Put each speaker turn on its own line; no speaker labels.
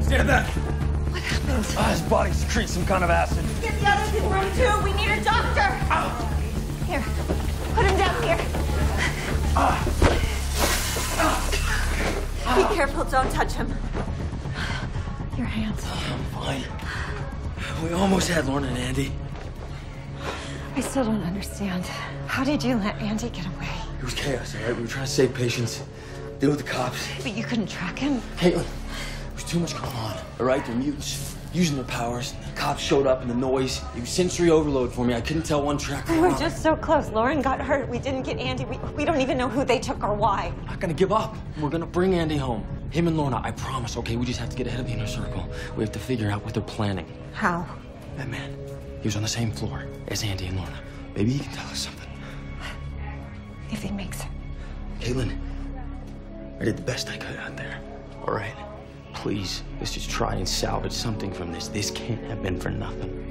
Stand back!
What happened?
Ah, his body secretes some kind of acid.
Get the others in room two. We need a doctor. Here, put him down here. Be careful. Don't touch him. Your hands.
I'm fine. We almost had Lauren and Andy.
I still don't understand. How did you let Andy get away?
It was chaos, all right? We were trying to save patients, deal with the cops.
But you couldn't track him.
Caitlin, there's too much going on, all right? They're mutants, using their powers. The cops showed up and the noise. It was sensory overload for me. I couldn't tell one track from
We were
another.
just so close. Lauren got hurt. We didn't get Andy. We, we don't even know who they took or why.
I'm not gonna give up. We're gonna bring Andy home. Him and Lorna, I promise, okay? We just have to get ahead of the inner circle. We have to figure out what they're planning.
How?
That man, he was on the same floor as Andy and Lorna. Maybe he can tell us something.
If he makes it.
Caitlin, I did the best I could out there. All right? Please, let's just try and salvage something from this. This can't have been for nothing.